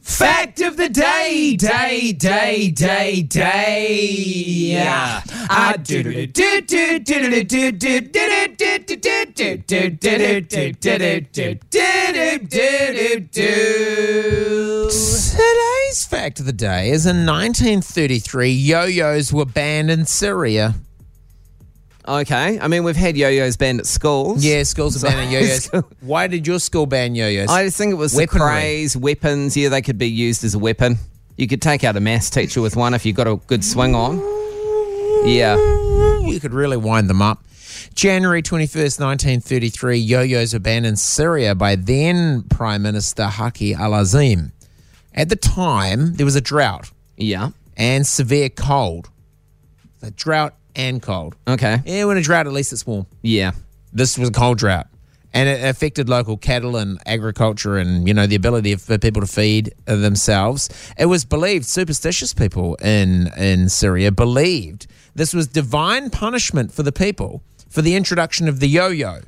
Fact of the day, day, day, day, day. Yeah. Ah, do-do-do-do-do-do-do-do-do-do-do-do-do-do-do-do-do-do-do. Today's fact of the day is in 1933, yo yo's were banned in Syria. Okay. I mean, we've had yo-yos banned at schools. Yeah, schools are banning yo yo's. Why did your school ban yo yo's? I just think it was the Weaponry. craze, weapons. Yeah, they could be used as a weapon. You could take out a maths teacher with one if you got a good swing on. Yeah. You could really wind them up. January 21st, 1933, yo yo's were banned in Syria by then Prime Minister Haki al Azim. At the time, there was a drought Yeah. and severe cold. The drought and cold. Okay. Yeah, when a drought, at least it's warm. Yeah. This was a cold drought. And it affected local cattle and agriculture and, you know, the ability for people to feed uh, themselves. It was believed, superstitious people in, in Syria believed this was divine punishment for the people for the introduction of the yo yo.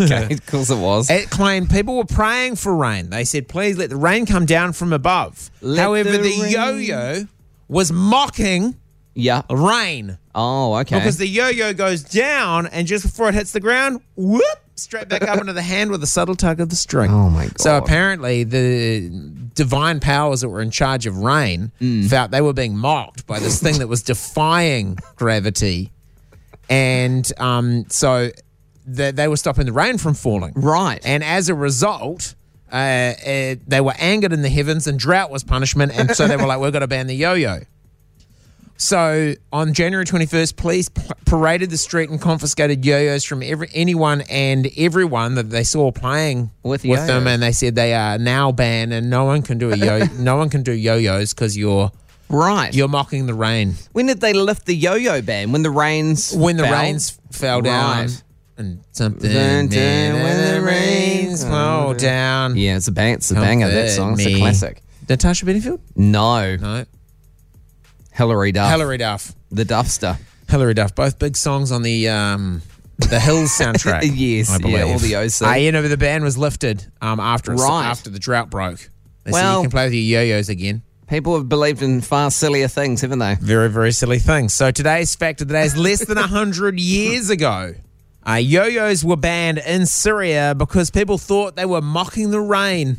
Okay. of course it was. It claimed people were praying for rain. They said, please let the rain come down from above. Let However, the the rain- yo yo was mocking yeah. rain. Oh, okay. Because the yo-yo goes down, and just before it hits the ground, whoop, straight back up into the hand with a subtle tug of the string. Oh, my So God. apparently, the divine powers that were in charge of rain Mm. felt they were being mocked by this thing that was defying gravity, and um, so they, they were stopping the rain from falling. right. And as a result. Uh, uh, they were angered in the heavens, and drought was punishment. And so they were like, "We've got to ban the yo-yo." So on January 21st, police p- paraded the street and confiscated yo-yos from every, anyone and everyone that they saw playing With them, yo-yos. and they said they are now banned, and no one can do a yo, no one can do yo-yos because you're right. you're mocking the rain when did they lift the yo-yo ban? When the rains when the fell? rains fell down. Right. And something Dun, dun, when the rains fall down. Yeah, it's a bang. It's a banger. That Comfort song. It's a me. classic. Natasha Bedingfield? No. No. Hillary Duff. Hilary Duff. The Duffster. Hilary Duff. Both big songs on the um, the Hills soundtrack. Yes, I yeah, believe. all the OC. Uh, you know, the ban was lifted um, after Right. after the drought broke. They said Well- you can play with your yo-yos again. People have believed in far sillier things, haven't they? Very, very silly thing. So today's fact of the day is less than 100 years ago. Uh, yo-yos were banned in Syria because people thought they were mocking the rain.